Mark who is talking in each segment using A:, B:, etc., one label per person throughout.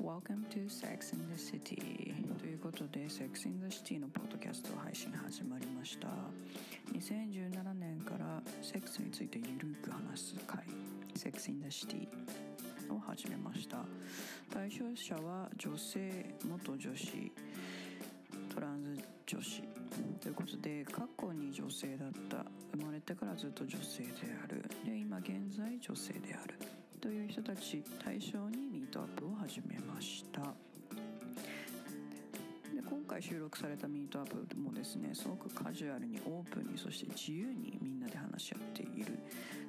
A: Welcome to Sex in the City ということで Sex in the City のポッドキャスト配信始まりました2017年からセックスについてゆるく話す会 Sex in the City を始めました対象者は女性元女子トランス女子ということで過去に女性だった生まれてからずっと女性であるで今現在女性であるという人たち対象にミートアップを始めましたで今回収録されたミートアップもですねすごくカジュアルにオープンにそして自由にみんなで話し合っている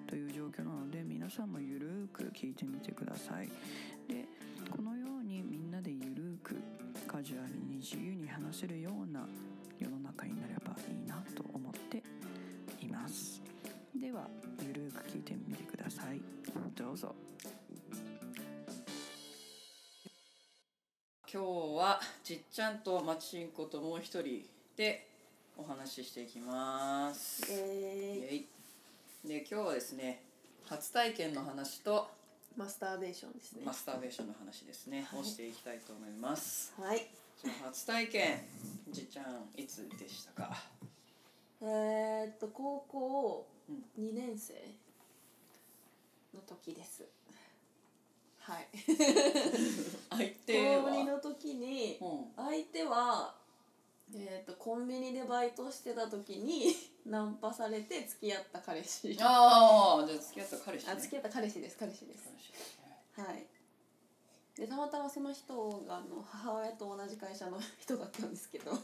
A: という状況なので皆さんもゆるーく聞いてみてくださいでこのようにみんなでゆるーくカジュアルに自由に話せるような世の中になればいいなと思っていますではゆるーく聞いてみてくださいどうぞ
B: 今日はじっちゃんとまちんこともう一人でお話ししていきます。イ
C: えー、
B: エイで今日はですね初体験の話と
C: マスターベーションですね
B: マ。スターベーションの話ですね、
C: はい
B: をしていきたいと思います。
C: はい。
B: じゃあ初体験じっちゃんいつでしたか
C: えー、っと高校
B: うん
C: 2年生の時です。 はい。
B: 相手
C: 高二
B: は、
C: の時に
B: う
C: 相手はえー、っとコンビニでバイトしてた時に ナンパされて付き合った彼氏
B: ん、。ああじゃあ付き合った彼氏、ね、
C: あ付き合った彼氏です彼氏です。
B: 彼氏ですね
C: はい。でたまたまその人があの母親と同じ会社の人だったんですけど
B: あ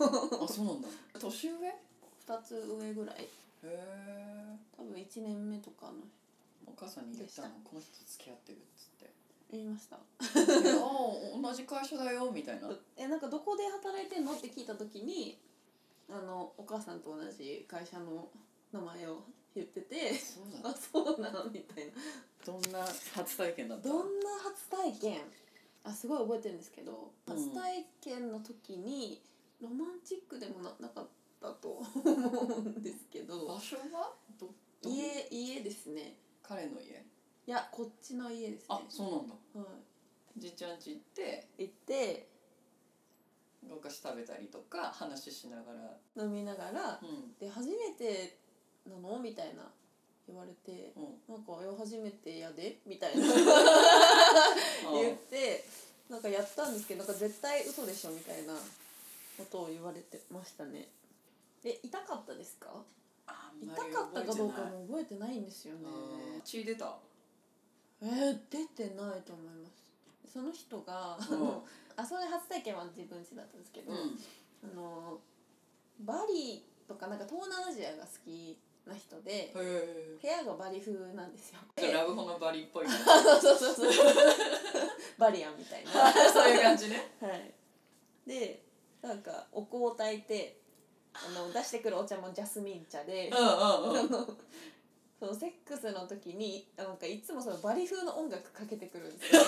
B: そうなんだ年上へ
C: 二つ上ぐらい
B: え
C: 多分1年目とかの
B: お母さんに言っ
C: でした
B: たのこの人と付き合ってるっつって
C: 言いました
B: いや同じ会社だよみたいな。
C: えなんかどこで働いてんのって聞いた時にあのお母さんと同じ会社の名前を言ってて
B: そう
C: あ。そうなのみたいな
B: どんな初体験だった？
C: どんな初体験あすごい覚えてるんですけど、
B: うん
C: 初体験の時にロマンチックでもななかったと思うんですけど
B: 場所は？どどん
C: 家家ですね
B: 彼の家。
C: いやこっちの家ですね
B: あ、そうなんだ。
C: は
B: じいちゃん家行って
C: い、行って
B: お菓子食べたりとか話ししながら。
C: 飲みながら
B: うん
C: で初めてなのみたいな言われて
B: うん。
C: なんかいや初めてやでみたいな言ってなんかやったんですけどなんか絶対嘘でしょみたいなことを言われてましたねえ痛かったですか
B: あん
C: 痛
B: ま
C: か
B: り
C: ったかどうか
B: 覚
C: も覚えてないんですよ
B: えて
C: ね
B: ない。うん血出た。
C: えー、出てないと思いますその人が、あの あそれ初体験は自分家だったんですけど、
B: うん。
C: あのバリとかなんか東南アジアが好きな人で、
B: へ
C: 部屋がバリ風なんですよ
B: え。ラブホのバリっぽい感じ。
C: そうそうそうそうバリアンみたいなは
B: そういう感じね。
C: いでなんかお香を炊いてあの出してくるお茶もジャスミン茶で
B: う んうんうん。
C: そのセックスの時になんかいつもそのバリ風の音楽かけてくるんです よ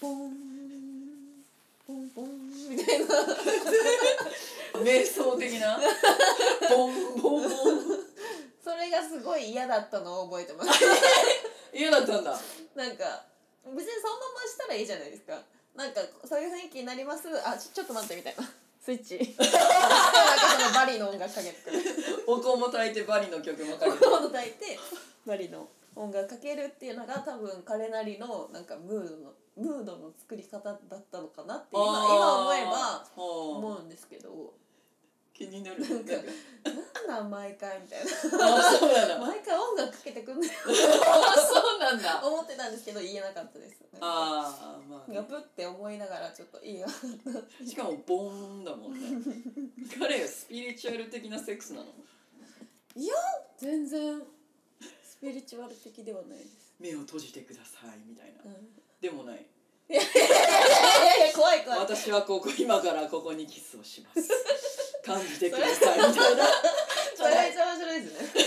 C: ポンポンポンみたいな
B: 瞑想的な。ボンボンボン。
C: それがすごい嫌だったのを覚えてます
B: 嫌だったんだ。
C: なんか別にそのまましたらいいじゃないですかなんかそういう雰囲気になりますあちょちょっと待ってみたいな スイッチなんかそのバリの音楽かけてくる
B: お香も炊いてバリの曲もかけて。
C: コード炊いてバリの音楽かけるっていうのが多分彼なりのなんかムードのムードの作り方だったのかなって今今思えば思
B: 思
C: うんですけど
B: 気になる
C: なんかなんなん毎回みたいな
B: あそう なんだ
C: 毎回音楽かけてくん ね
B: あそうなんだ
C: 思ってたんですけど言えなかったです
B: あーまあ
C: ガ
B: ね
C: プって思いながらちょっといいよ
B: しかもボーンだもんね彼はスピリチュアル的なセックスなの
C: 全然スピリチュアル的ではないです、
B: 目を閉じてくださいみたいな
C: うん、い
B: でもない
C: やいや怖い怖い
B: 私はここ今からここにキスをし ます感じてくださいみたいな
C: それめっちゃ面白いですね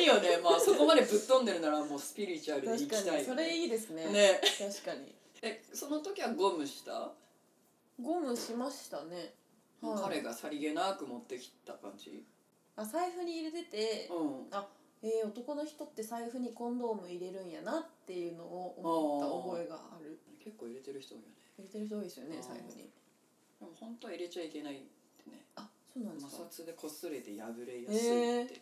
B: いいよねまあそこまでぶっ飛んでるならもうスピリチュアルで行
C: 確
B: きた
C: か
B: い
C: に
B: よ
C: そ
B: ね
C: れいいですね
B: ね
C: 確かに
B: えその時はゴムした、
C: ゴムしましたねはい
B: 彼がさりげなく持ってきた感じ
C: あ財布に入れてて
B: うん
C: あえー、男の人って財布にコンドーム入れるんやなっていうのを思った覚えがある
B: 結構入れてる人多いよね
C: 入れてる人多いですよね
B: あー
C: 財布に
B: でも本当は入れちゃいけないってね
C: あそうなんですか
B: 摩擦でこすれて破れやすいって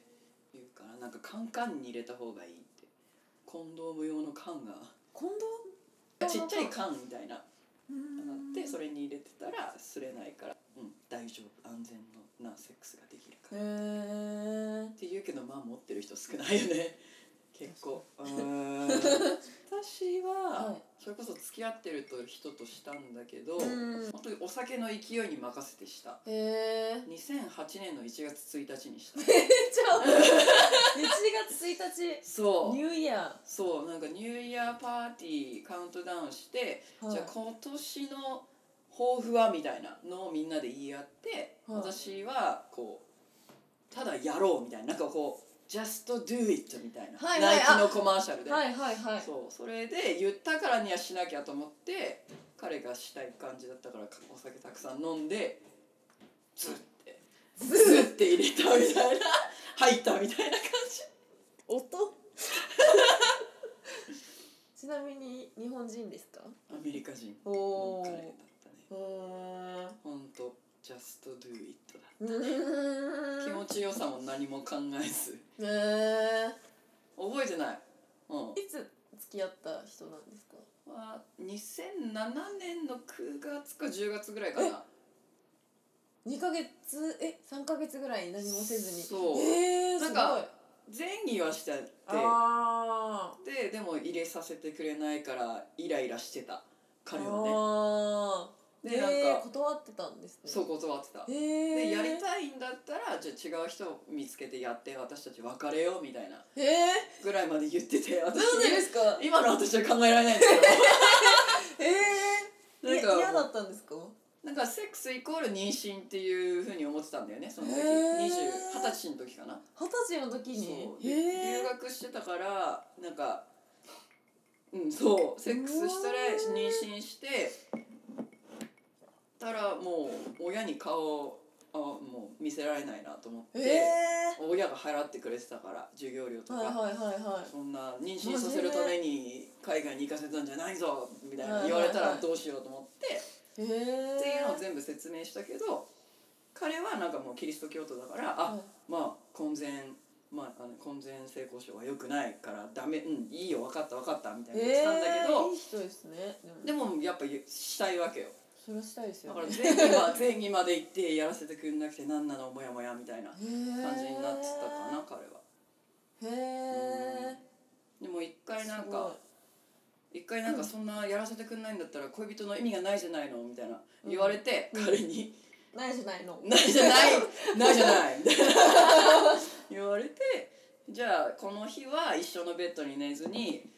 B: 言うから、なんかカンカンに入れた方がいいってコンドーム用の缶が
C: コンドーム
B: ちっちゃい缶みたいななっ
C: って
B: そ
C: れ
B: れに入れてたら擦れないから、うん、大丈夫安全のなセックスができるから、
C: へ
B: っ
C: ー
B: て言うけどまあ持ってる人少ないよ ね結構うーん私は、
C: はい
B: それこそ付き合ってると人としたんだけ ど、
C: うん
B: 本当にお酒の勢いに任せてした
C: へえー、
B: 2008年の1月1日に した
C: じゃあ1月1
B: そう
C: 日ニューイヤー、
B: そうなんかニューイヤーパーティーカウントダウンして、
C: はい
B: じゃあ今年の抱負はみたいなのをみんなで言い合って、
C: はい
B: 私はこうただやろうみたいななんかこう「just do it」みたいな、
C: はいはい
B: ナイキのコマーシャルで、
C: はいはいはい
B: そうそれで言ったからにはしなきゃと思って彼がしたい感じだったからお酒たくさん飲んでズッてズッて入れたみたいな入ったみたいな感じ。
C: 音 ちなみに日本人ですか
B: アメリカ人の
C: おー
B: カレーだったね。
C: うーん
B: 本当 just do it だ、
C: うーん
B: 気持ちよさも何も考えず
C: えー、
B: 覚えてないうん
C: いつ付き合った人なんですか
B: まあ2007年の9月か10月ぐらいかな
C: 二ヶ月え三ヶ月ぐらい何もせずに
B: そう
C: えー、
B: な
C: す
B: ん
C: ごい
B: か前儀はしてあ
C: あ
B: ってででも入れさせてくれないからイライラしてた
C: ー
B: 彼はね
C: あー
B: でなんか
C: えー断ってたんですね
B: そう断ってた
C: えー、
B: でやりたいんだったらじゃあ違う人を見つけてやって私たち別れようみたいな
C: えー、
B: ぐらいまで言ってて私
C: なんでですか
B: 今の私は考えられないんですけど
C: えー、
B: な
C: い
B: んか
C: や嫌だったんですか
B: なんかセックスイコール妊娠っていうふうに思ってたんだよねその時
C: へー
B: 二十二十歳の時かな
C: 二十歳の時に
B: そう
C: へ
B: で留
C: ー
B: 学してたからなんかうんそうセックスしたら
C: うわ
B: 妊娠してたらもう親に顔をあもう見せられないなと思って、
C: え
B: 親が払ってくれてたから授業料と
C: ー、
B: か、
C: はいはいはいはい
B: そんな妊娠させるために海外に行かせたんじゃないぞみたいな言われた
C: はいはい
B: ら
C: はい
B: どうしようと思って。
C: へえー、
B: っていうのを全部説明したけど彼はなんかもうキリスト教徒だからあ、
C: はい
B: まあ婚前、まあ、あの婚前性交渉は良くないからダメうんいいよ分かった分かったみたいな言ってたんだけ
C: えー、
B: ど
C: いい、人ですねでも
B: でもやっぱしたいわけよ
C: それはしたいです
B: だ
C: よ
B: か
C: ね
B: ら前儀 は前儀まで行ってやらせてくれなくて何なのモヤモヤみたいな感
C: へー
B: じになってたかな彼は。
C: へえ
B: でも一回なん
C: すごい
B: か一回なんかそんなやらせてくれないんだったら恋人の意味がないじゃないのみたいな言われて彼に。
C: ないじゃないの
B: ないじゃ ないないじゃない 言われてじゃあこの日は一緒のベッドに寝ずに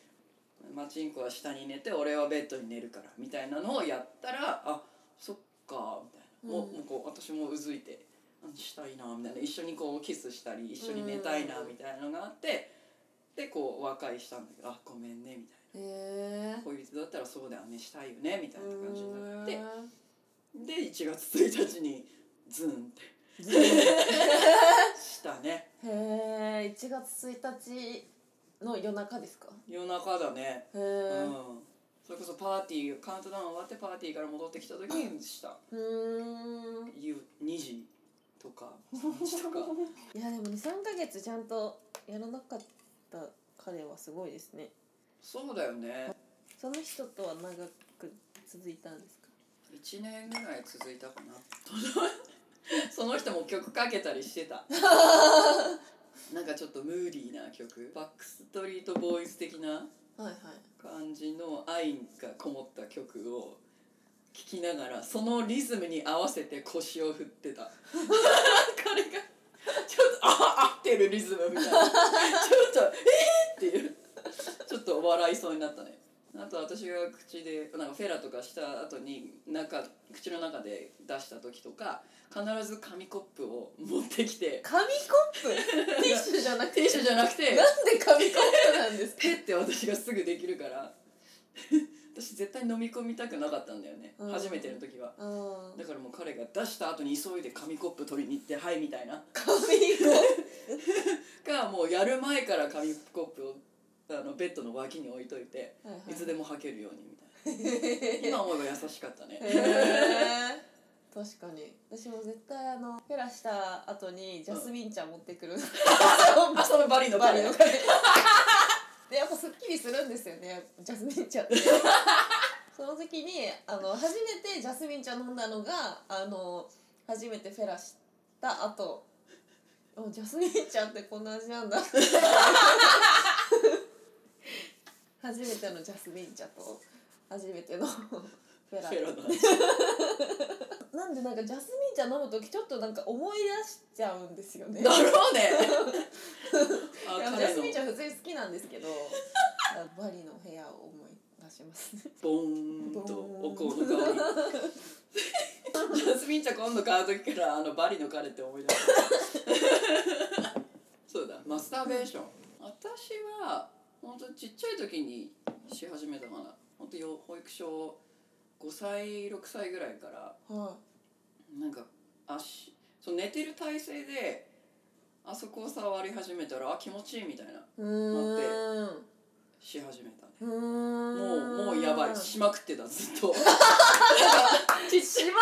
B: マチンコは下に寝て俺はベッドに寝るからみたいなのをやったらあそっかみたいな、も
C: うん
B: うもうこう私もうずいてあしたいなみたいな一緒にこうキスしたり一緒に寝たいなみたいなのがあってでこう和解したんだけどあごめんねみたい
C: へえ
B: な恋人だったらそうだよねしたいよねみたいな感じになって
C: う
B: で1月1日にズンって。したね
C: ーんへえ1月1日の夜中ですか
B: 夜中だね
C: へえ
B: うん
C: う
B: それこそパーティーカウントダウン終わってパーティーから戻ってきた時にした
C: ーん
B: 夕2時とか3時 とか
C: いやでも23ヶ月ちゃんとやらなかった彼はすごいですね
B: そうだよね
C: その人とは長く続いたんですか
B: 1年ぐらい続いた かなその人も曲かけたりして たなんかちょっとムーリーな曲バックストリートボーイズ的な
C: はいはい
B: 感じの愛がこもった曲を聴きながらそのリズムに合わせて腰を振って た彼がちょっとあ合ってるリズムみ たいなちょっとえー、っていうちょっと笑いそうになったねあと私が口でなんかフェラとかした後に中口の中で出した時とか必ず紙コップを持ってきて
C: 紙コップ ティッシュじゃなくて
B: ティッシュじゃなくて
C: なんで紙コップなんですか
B: ペッて私がすぐできるから 私絶対飲み込みたくなかったんだよね、
C: うん
B: 初めての時は
C: あ
B: だからもう彼が出した後に急いで紙コップ取りに行って「はい」みたいながもうやる前から紙コップをあのベッドの脇に置いといて
C: あ、はいはい
B: つでも吐けるようにみたいな
C: へ
B: 今思えば優しかったね
C: え確かに私も絶対あのフェラした後にジャスミン茶持ってくる、
B: あそのバリの
C: バリ
B: 彼
C: の彼 でやっぱすっきりするんですよねジャスミン 茶ってその時にあの初めてジャスミン茶飲んだのがあの初めてフェラした後あジャスミン茶ってこんな味なんだ 初めてのジャスミン茶と初めてのフェラ
B: フ ェロの
C: なんでなんかジャスミン茶飲む時ちょっとなんか思い出しちゃうんですよ ね
B: だろう ねあ
C: いやジャ
B: 彼
C: ス
B: の
C: ミン茶普通に好きなんですけど あバリの部屋を思い出しますね
B: ボーンとお香の香りジャスミン茶今度買う時からあのバリの彼って思い出したそうだマスターベーション私は本当ちっちゃい時にし始めたかな本当よ保育所5歳6歳ぐらいから
C: は、
B: なんか足そう寝てる体勢であそこを触り始めたらあ気持ちいいみたいない
C: うーん
B: し始めたね
C: うーん
B: もうもうやばいしまくってたず っと
C: ちしま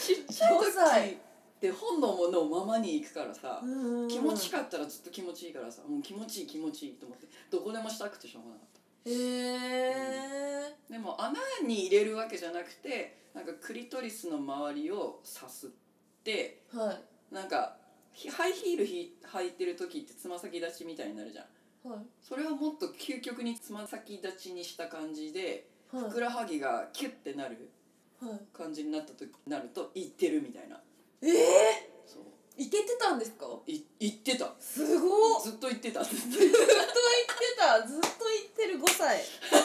B: ちっちゃい
C: 5歳
B: 時で本能のままに行くからさ
C: くうーん
B: 気持ちかったらずっと気持ちいいからさもう気持ちいい気持ちいいと思ってどこでもしたくてしょうがなかっ
C: へえ
B: たでも穴に入れるわけじゃなくてなんかクリトリスの周りをさすって
C: はい
B: なんかひハイヒールひ履いてる時ってつま先立ちみたいになるじゃん
C: はい
B: それをもっと究極につま先立ちにした感じで
C: はい
B: ふくらはぎがキュッてなる
C: はい
B: 感じになった時なるといってるみたいな
C: ええ
B: そう
C: ー、いけてたんですか
B: い言ってた
C: すごっずっ
B: ずっと言ってたずっと
C: と言ってたずっと言ってる5歳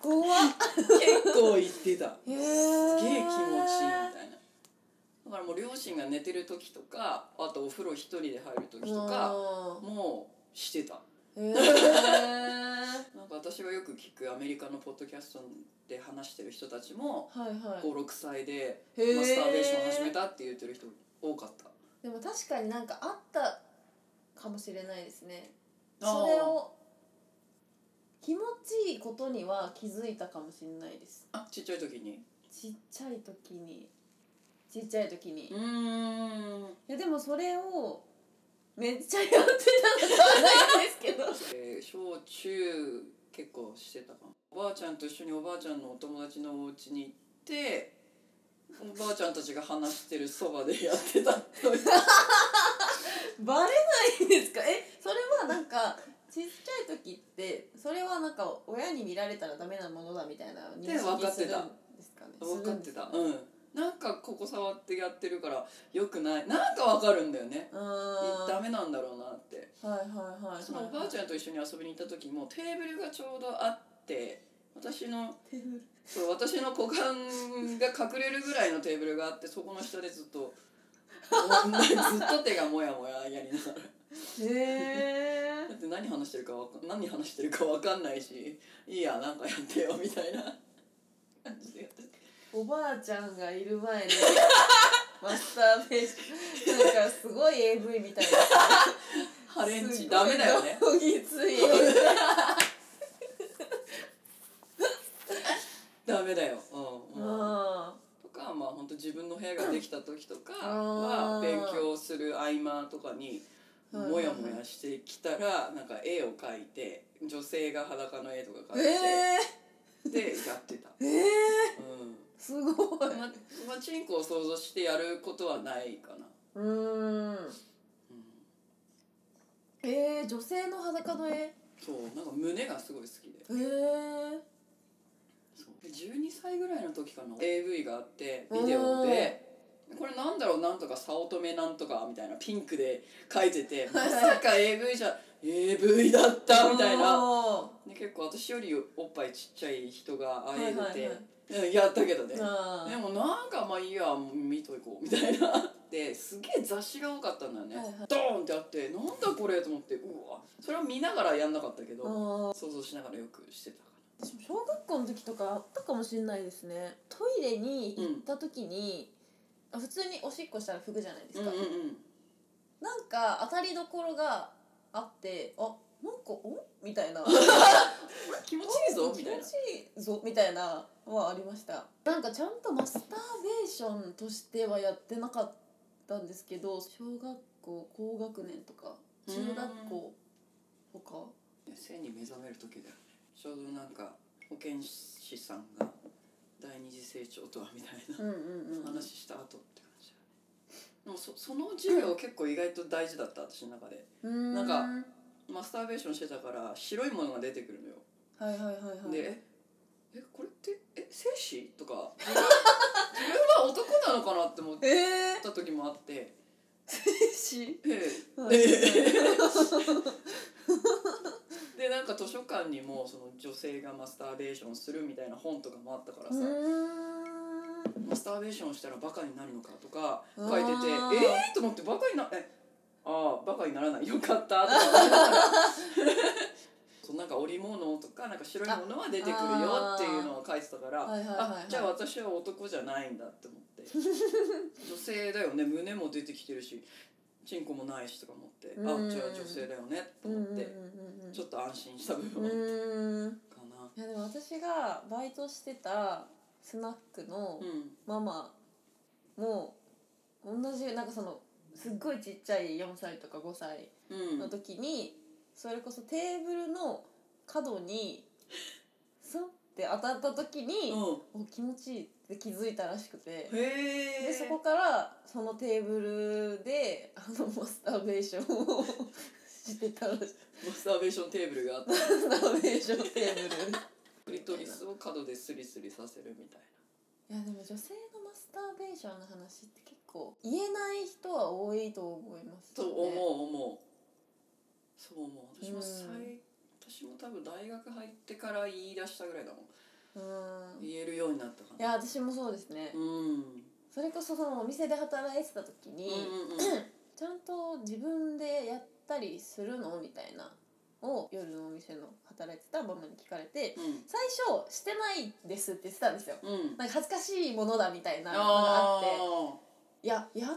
C: 怖っ
B: 結構言ってた
C: へえ
B: す
C: す
B: げえ気持ちいいみたいなだからもう両親が寝てる時とかあとお風呂一人で入る時とかもうしてた
C: へえ
B: なんか私がよく聞くアメリカのポッドキャストで話してる人たちも
C: はいはい
B: 56歳で
C: へー
B: マスターベーション始めたって言ってる人多かった
C: でも確かになんかあったかもしれないですね
B: あー
C: それを気持ちいいことには気づいたかもしれないです
B: あちっちゃい時に
C: ちっちゃい時にちっちゃい時に
B: う
C: い
B: ーん
C: やでもそれをめっちゃやってたのではないですけ ど
B: えー小中結構してたかもおばあちゃんと一緒におばあちゃんのお友達のお家に行っておばあちゃんたちが話してるそばでやってたという
C: バレないんですかえそれはなんかちっちゃい時ってそれはなんか親に見られたらダメなものだみたいな認
B: で分か
C: 識
B: っ
C: する
B: て
C: ん
B: た
C: ですかね
B: 分かってた
C: するんです ね
B: うんなんかここ触ってやってるからよくないなんかわかるんだよね
C: うーん
B: ダメなんだろうなって
C: はいはいはいはい
B: そのおばあちゃんと一緒に遊びに行った時もテーブルがちょうどあって私の
C: テーブル
B: そう私の股間が隠れるぐらいのテーブルがあってそこの下でずっと ずっと手がもやもややりながら
C: へ
B: だって何話してるかわか何話してるかわかんないしいいやなんかやってよみたいな感じでやって
C: おばあちゃんがいる前 でマスターベーションなんかすごい AV みたいな
B: ハレンチダメだよね
C: すご いぎつい
B: ダメだよ、うんうん、
C: あ
B: とかまあ本当自分の部屋ができた時とか
C: あ
B: は
C: ー
B: 勉強する合間とかに
C: はいはい
B: もやもやしてきたらなんか絵を描いて女性が裸の絵とか
C: ー
B: 描い
C: え
B: て、でやってた。
C: ー、えー、
B: うん
C: すごい
B: ま、まチンコを想像してやることはないかな。
C: うー
B: う
C: ん
B: ん、
C: えー、女性の裸の絵え
B: そう、なんか胸がすごい好きで。
C: えー、
B: そうで12歳ぐらいの時かな AV があってビデオでこれ なんだろうなんとか早乙女なんとかみたいなピンクで書いててまさか AV じゃ AV だったみたいな
C: あ
B: で結構私よりおっぱいちっちゃい人がああいうの
C: はいはい
B: でやったけどね
C: ーあー
B: でもなんかまあいいやもう見といこうみたいなですげえ雑誌が多かったんだよね、
C: はいはい
B: ドーンってあってなんだこれと思ってうわそれは見ながらやんなかったけど
C: あー
B: 想像しながらよくしてたか
C: 私も小学校の時とかあったかもしれないですねトイレに行った時に、あ普通におしっこしたら拭くじゃないです
B: ら
C: か、
B: うんうん
C: なんか当たりどころがあってあなんかおみた いな
B: うん気持ちいいぞみたいな
C: 気持ちいいぞみたいなのはありましたなんかちゃんとマスターベーションとしてはやってなかったんですけど小学校高学年とか中学校とか
B: 性に目覚める時だよねちょうどなんか保健師さんが第二次成長とはみたいな
C: うんうんうん
B: 話した後って感じだよねでもそその授業結構意外と大事だった私の中で
C: うん
B: なんかマスターベーションしてたから白いものが出てくるのよ
C: はいはいはいはい
B: で「ええこれってえ精子?」とか 自分自分は男なのかなって思っ
C: え え
B: た時もあって
C: ー、し
B: 「え
C: は
B: え
C: い
B: ええでなんか図書館にもその女性がマスターベーションするみたいな本とかもあったから
C: う
B: さ、
C: ん
B: マスターベーションしたらバカになるのかとか
C: あー
B: 書いてて「えー!」と思ってバカになえああバカにならないよかったとか思いな がらそうなんか織物とかなんか白いものは出てくるよっていうのを書いてたから
C: あはいはいはいはい
B: あじゃあ私は男じゃないんだって思って 女性だよね胸も出てきてるしチンコもないしとか思ってあ
C: うん
B: じゃあ女性だよねと
C: うん
B: 思
C: う
B: っ
C: んうん
B: て
C: うん
B: ちょっと安心した部
C: う
B: 分
C: んうん
B: かな。
C: いやでも私がバイトしてたスナックの
B: うん
C: ママも同じなんかそのすっごいちっちゃい4歳とか5歳
B: うん
C: の時にそれこそテーブルの角 にそって当たった時に、
B: うん
C: お気持ちいいって気づいたらしくて
B: へえ
C: でそこからそのテーブルであのマスターベーションをしてたらしい
B: マスターベーションテーブルがあって
C: マスターベーションテーブル。
B: クリトリスを角でスリスリさせるみたい
C: いやでも女性のマスターベーションの話って結構言えない人は多いと思います
B: な、
C: よね
B: と思う思うそう思う私
C: う
B: も
C: ん
B: 最、私も多分大学入ってから言い出したぐらいだもん
C: うんい
B: 言えるようになったかな
C: や私もそうですね、
B: うん
C: それこそそのお店で働いてた時
B: う
C: に、
B: んうんうん
C: ちゃんと自分でやったりするのみたいなを夜のお店の働いてたママに聞かれて最初してないですって言ってたんですよ
B: うんうん
C: なんか恥ずかしいものだみたいなのがあ
B: あ
C: って
B: ー
C: いややっ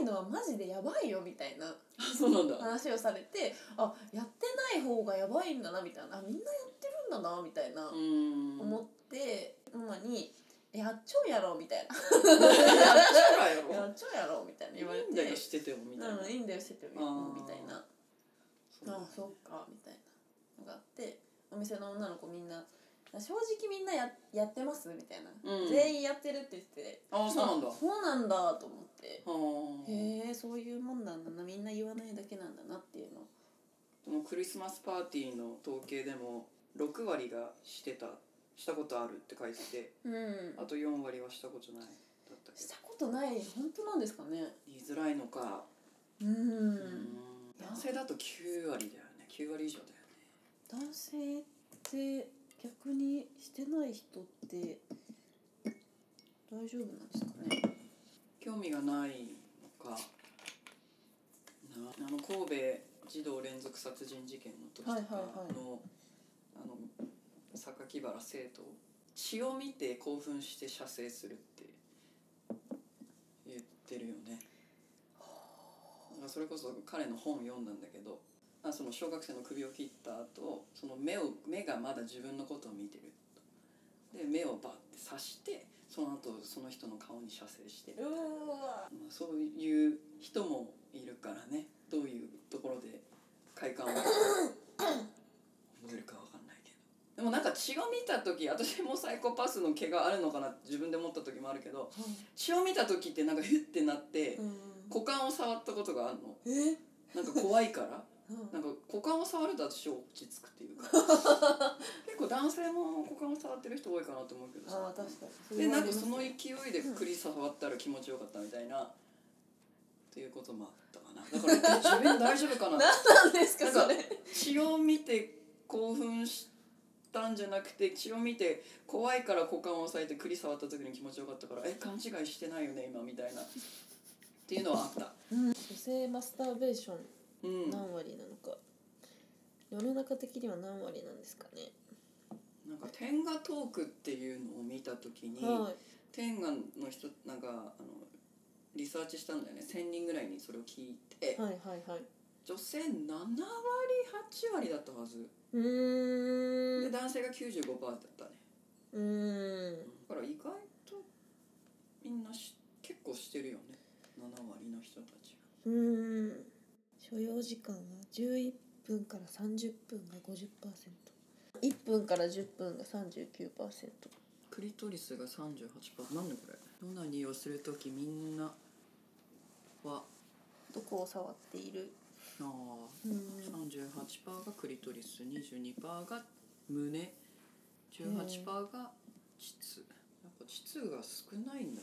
C: てないのはマジでやばいよみたいな
B: あ そうなんだ
C: 話をされてあやってない方がやばいんだなみたいなあみんなやってるんだなみたいな
B: うん
C: 思ってママに「やっちょうやろ」みたいな
B: や
C: 「
B: っちゃうらよ
C: やっちょうやろ」みたいな言われ
B: いいんだよ
C: て
B: してても
C: 「
B: みたいな、
C: うんいいんだよしてて
B: あー
C: も」みたいな「ああそうか」みたいなのがあってお店の女の子みんな「正直みんなややってます」みたいな、
B: うん
C: 全員やってるって言ってて
B: あーそうなんだ
C: あそうなんだと思って
B: あー
C: へえそういうもんなんだなみんな言わないだけなんだなっていうの
B: そのクリスマスパーティーの統計でも6割がしてたしたことあるって書いてて
C: うん
B: あと4割はしたことないだったけ
C: し
B: ど
C: たことない本当なんですかね
B: 言いづらいのか、
C: う
B: うん男性だと9割だよね9割以上だよね
C: 男性って逆にしてない人って大丈夫なんですかね
B: 興味がないのかなあの神戸児童連続殺人事件の時とかの、
C: はいはい
B: あの榊原生徒血を見て興奮して射精するって言ってるよねなんかそれこそ彼の本読んだんだけどあその小学生の首を切った後その目を目がまだ自分のことを見てるで目をバッて刺してその後その人の顔に射精して
C: うわ
B: まあ、そういう人もいるからねどういうところで快感を覚えるかわかんないけどでもなんか血を見た時私もサイコパスの毛があるのかなって自分で思った時もあるけど血を見た時ってなんかヒュッてなって
C: うん
B: 股間を触ったことがあるの
C: え
B: なんか怖いから
C: うん
B: なんか股間を触ると私落ち着くっていう か結構男性も股間を触ってる人多いかなと思うけど
C: あー確かに
B: でなんかその
C: う
B: 勢いで栗触ったら気持ちよかったみたいなってっていうこともあったかなだからえ自分大丈夫か な
C: なんですか
B: なんか
C: それ
B: 血を見て興奮したんじゃなくて血を見て怖いから股間を押さえて栗触った時に気持ちよかったからえ勘違いしてないよね今みたいなっていうのはあった
C: 女性マスターベーション
B: うん
C: 何割なのか世の中的には何割なんですかね、
B: なんか天下トークっていうのを見た時に、
C: はい
B: 天下の人なんかあのリサーチしたんだよね1,000人ぐらいにそれを聞いて、
C: はいはいはい
B: 女性7割8割だったはず
C: うー
B: で
C: ん
B: 男性が95%だったね
C: うーん
B: だから意外とみんなし結構してるよね7割の人たち
C: うーん所要時間は11分から30分が 50%1 分から10分が39%
B: クリトリスが38%なんでこれロナニーをする時みんなは
C: どこを触っている
B: あ
C: うー
B: ー
C: ん
B: 38%がクリトリス22%が胸18%が膣やっぱ膣が少ないんだ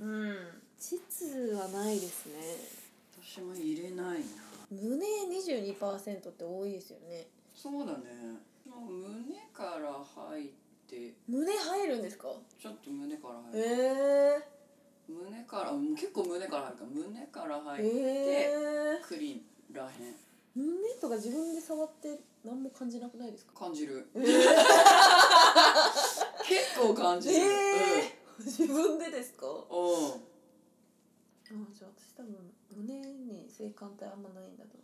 B: ろうね
C: うん膣はないですね
B: 私も入れないな
C: 胸22%って多いですよね
B: そうだねもう胸から入って
C: 胸入るんですか
B: ちょっと胸から入
C: え
B: る、
C: え
B: 胸からうん結構胸から入るから胸から
C: ー、
B: 入って、
C: えー、
B: クリらへん
C: 胸とか自分で触って何も感じなくないですか
B: 感じる結構感じる、
C: ー、自分でですか
B: うんうん
C: あじゃあ私多分胸に性感帯あんまないんだと思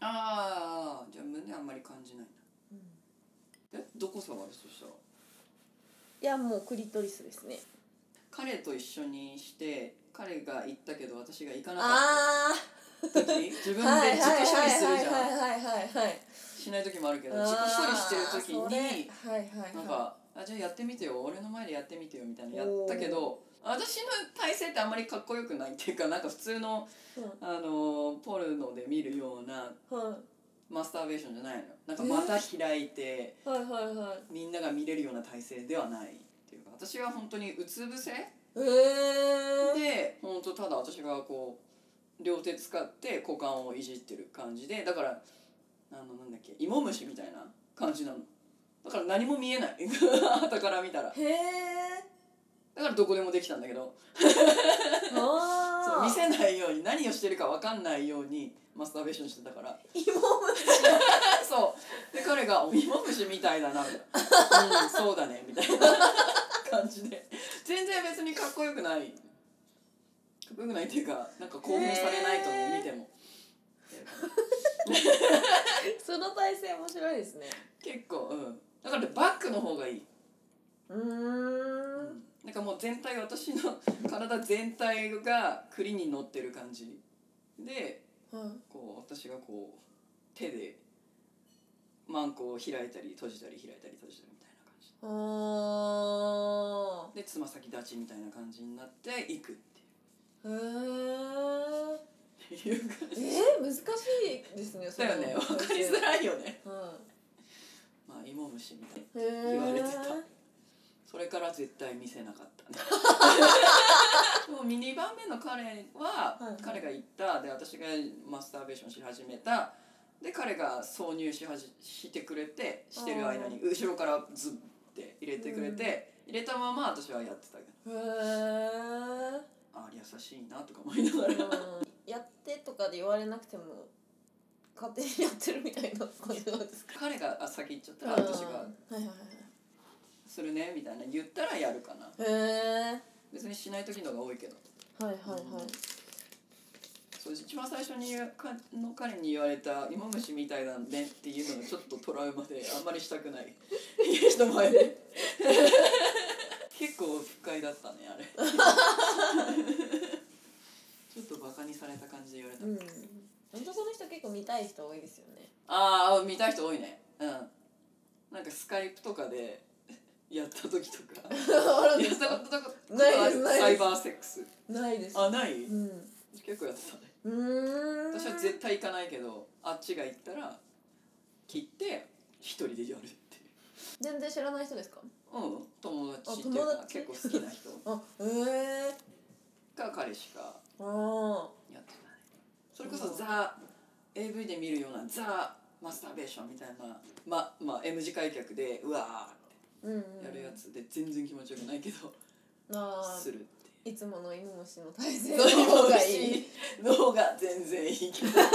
B: ああじゃあ胸あんまり感じないんだ
C: う、うん、
B: えどこ触るそしたら
C: いやもうクリトリスですね
B: 彼と一緒にして彼が行ったけど私が行かなか
C: あ
B: った時自
C: あ
B: 分
C: はい
B: で
C: はい
B: 自
C: はい
B: 己処理するじ
C: は
B: ゃ
C: い
B: ん
C: はいはいはい
B: しない時もあるけど
C: あー
B: 自己処理してる
C: そ
B: 時
C: れ
B: に
C: はいはい
B: なん
C: は
B: か「あじゃあやってみてよ俺の前でやってみてよ」みたいなやったけど私の体勢ってあんまりかっこよくないっていうかなんか普通の、
C: うん
B: あのーポルノで見るようない
C: は
B: マスターベーションじゃないのなんかまた開いて
C: いはいはいはい
B: みんなが見れるような体勢ではないっていうか私は本当にうつ伏せ
C: ええ
B: で本当ただ私がこう両手使って股間をいじってる感じでだからあのなんだっけ芋虫みたいな感じなのだから何も見えない 傍から見たら
C: ー、へえ
B: だからどこでもできたんだけどそ
C: あ
B: う
C: あ
B: 見せないように何をしてるか分かんないようにマスターベーションしてたから
C: 芋虫
B: そうで彼が「お芋虫みたいだな」みたいな「うんそうだね」みたいな 感じで全然別にかっこよくないかっこよくないっていうかなんか興奮されないと
C: へ
B: 思
C: ー
B: う見ても
C: その体勢面白いですね
B: 結構うんだからバックの方がいい、
C: うーん
B: なんかもう全体私の体全体が栗に乗ってる感じで
C: はい
B: こう私がこう手でマンコを開いたり閉じたり開いたり閉じたりみたいな感じ
C: あー
B: でつま先立ちみたいな感じになっていくっ
C: へー
B: ていう いう感
C: え
B: じ
C: ー、難しいですね
B: だよね分かりづらいよね
C: は、
B: まあ芋虫みたいない
C: へー
B: 言われてたそれから絶対見せなかったね でも2番目の彼は、
C: はいはい
B: 彼が行ったで私がマスターベーションし始めたで彼が挿入しはじしてくれてしてる間に後ろからズンって入れてくれて、入れたまま私はやってたけど
C: へー
B: あー優しいなとか思いなが ら
C: うんやってとかで言われなくても勝手にやってるみたいな感じなんですか
B: 彼があ先行っちゃったら私
C: うん
B: が
C: はいはい
B: 「するね」みたいな言ったらやるかな
C: はいへ
B: 別にしない時の方が多いけど
C: ーはいはいはい
B: そう一番最初に言うかの彼に言われた「芋虫みたいなんね」っていうのがちょっとトラウマであんまりしたくない人前で結構不快だったねあれちょっとバカにされた感じで言われた、
C: うん男の人結構見たい人多いですよね
B: ああ見たい人多いねうんなんかスカイプとかでやった時とか
C: あ
B: やったことなかったこと
C: な
B: あ
C: いです
B: る
C: ないです
B: サイバーセックス
C: ないです
B: あない
C: うん
B: 結構やってたね
C: うーん
B: 私は絶対行かないけどあっちが行ったら切って一人でやるっていう
C: 全然知らない人ですか
B: うん友達っていう
C: あ友
B: か
C: 達
B: 結構好きな人
C: あへえ
B: か彼氏か
C: ああ
B: やってたねそれこそザ AV で見るようなザマスターベーションみたいなままあ M 字開脚でうわ
C: うんうん
B: ーやるやつで全然気持ちよくないけど
C: あ
B: するっていう
C: ーいつもの芋虫の体勢の
B: そういう
C: 方
B: 方
C: が
B: が
C: い
B: い
C: い
B: いの方が全然いいけ どだっ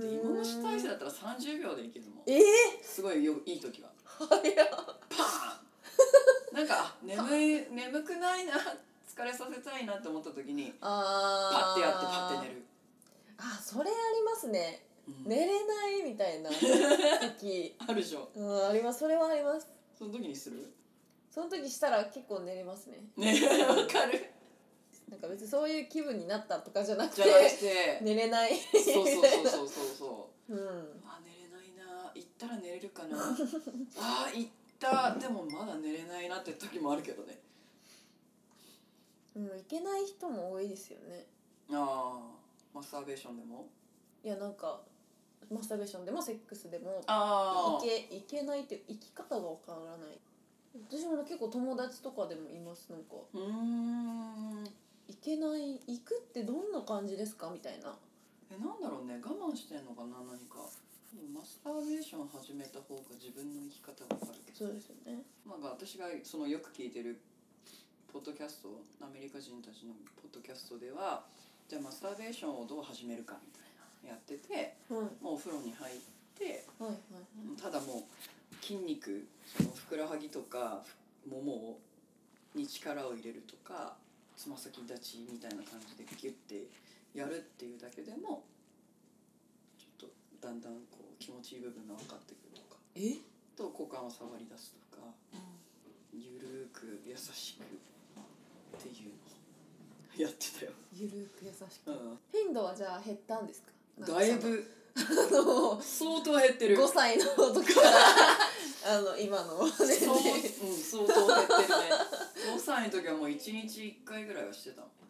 B: て芋虫体勢だったら30秒でいけるもん
C: ええ
B: すごいよいい時は
C: 早っ
B: パーンなんかあ眠 い眠くないな疲れさせたいなって思った時にパ
C: あ
B: ッてやってパッて寝る、
C: あそれありますね
B: うん
C: 寝れないみたいな時
B: あるでしょ
C: うんありますそれはあります
B: その時にする
C: その時したら結構寝れますね
B: ね わかる
C: なんか別にそういう気分になったとかじゃなく
B: じ
C: て
B: ゃなくて
C: 寝れない
B: そうそうそうそうそうそう
C: うん
B: あ寝れないな行ったら寝れるか なあ行ったでもまだ寝れないなって時もあるけどね
C: うん、いけない人も多いですよね
B: ああマスターベーションでも
C: いやなんかマスターベーションでもセックスでも
B: あ
C: いけいけないっていう生き方がわからない私も結構友達とかでもいますなんか
B: うーん
C: いけない行くってどんな感じですかみたいな
B: えなんだろうね我慢してんのかな何かでもマスターベーション始めた方が自分の生き方がわかるけど
C: そうですよね
B: なんか私がそのよく聞いてるポッドキャストアメリカ人たちのポッドキャストではじゃあマスターベーションをどう始めるかみたいなやってて
C: うん
B: もう
C: は
B: お風呂に入って
C: いはい
B: ただもう筋肉そのふくらはぎとかももをに力を入れるとかつま先立ちみたいな感じでギュッてやるっていうだけでもちょっとだんだんこう気持ちいい部分が分かってくるとか
C: え
B: と股間を触り出すとかゆるーく優しくっていうのをやってたよ。
C: ゆるく優しく
B: うん
C: 頻度はじゃあ減ったんですか
B: だいぶ
C: なんかその あの
B: 相当減ってる
C: 5歳のとか あの今の年
B: そう、
C: 齢
B: うん、相当減ってるね。5歳の時はもう一日一回ぐらいはしてたもん。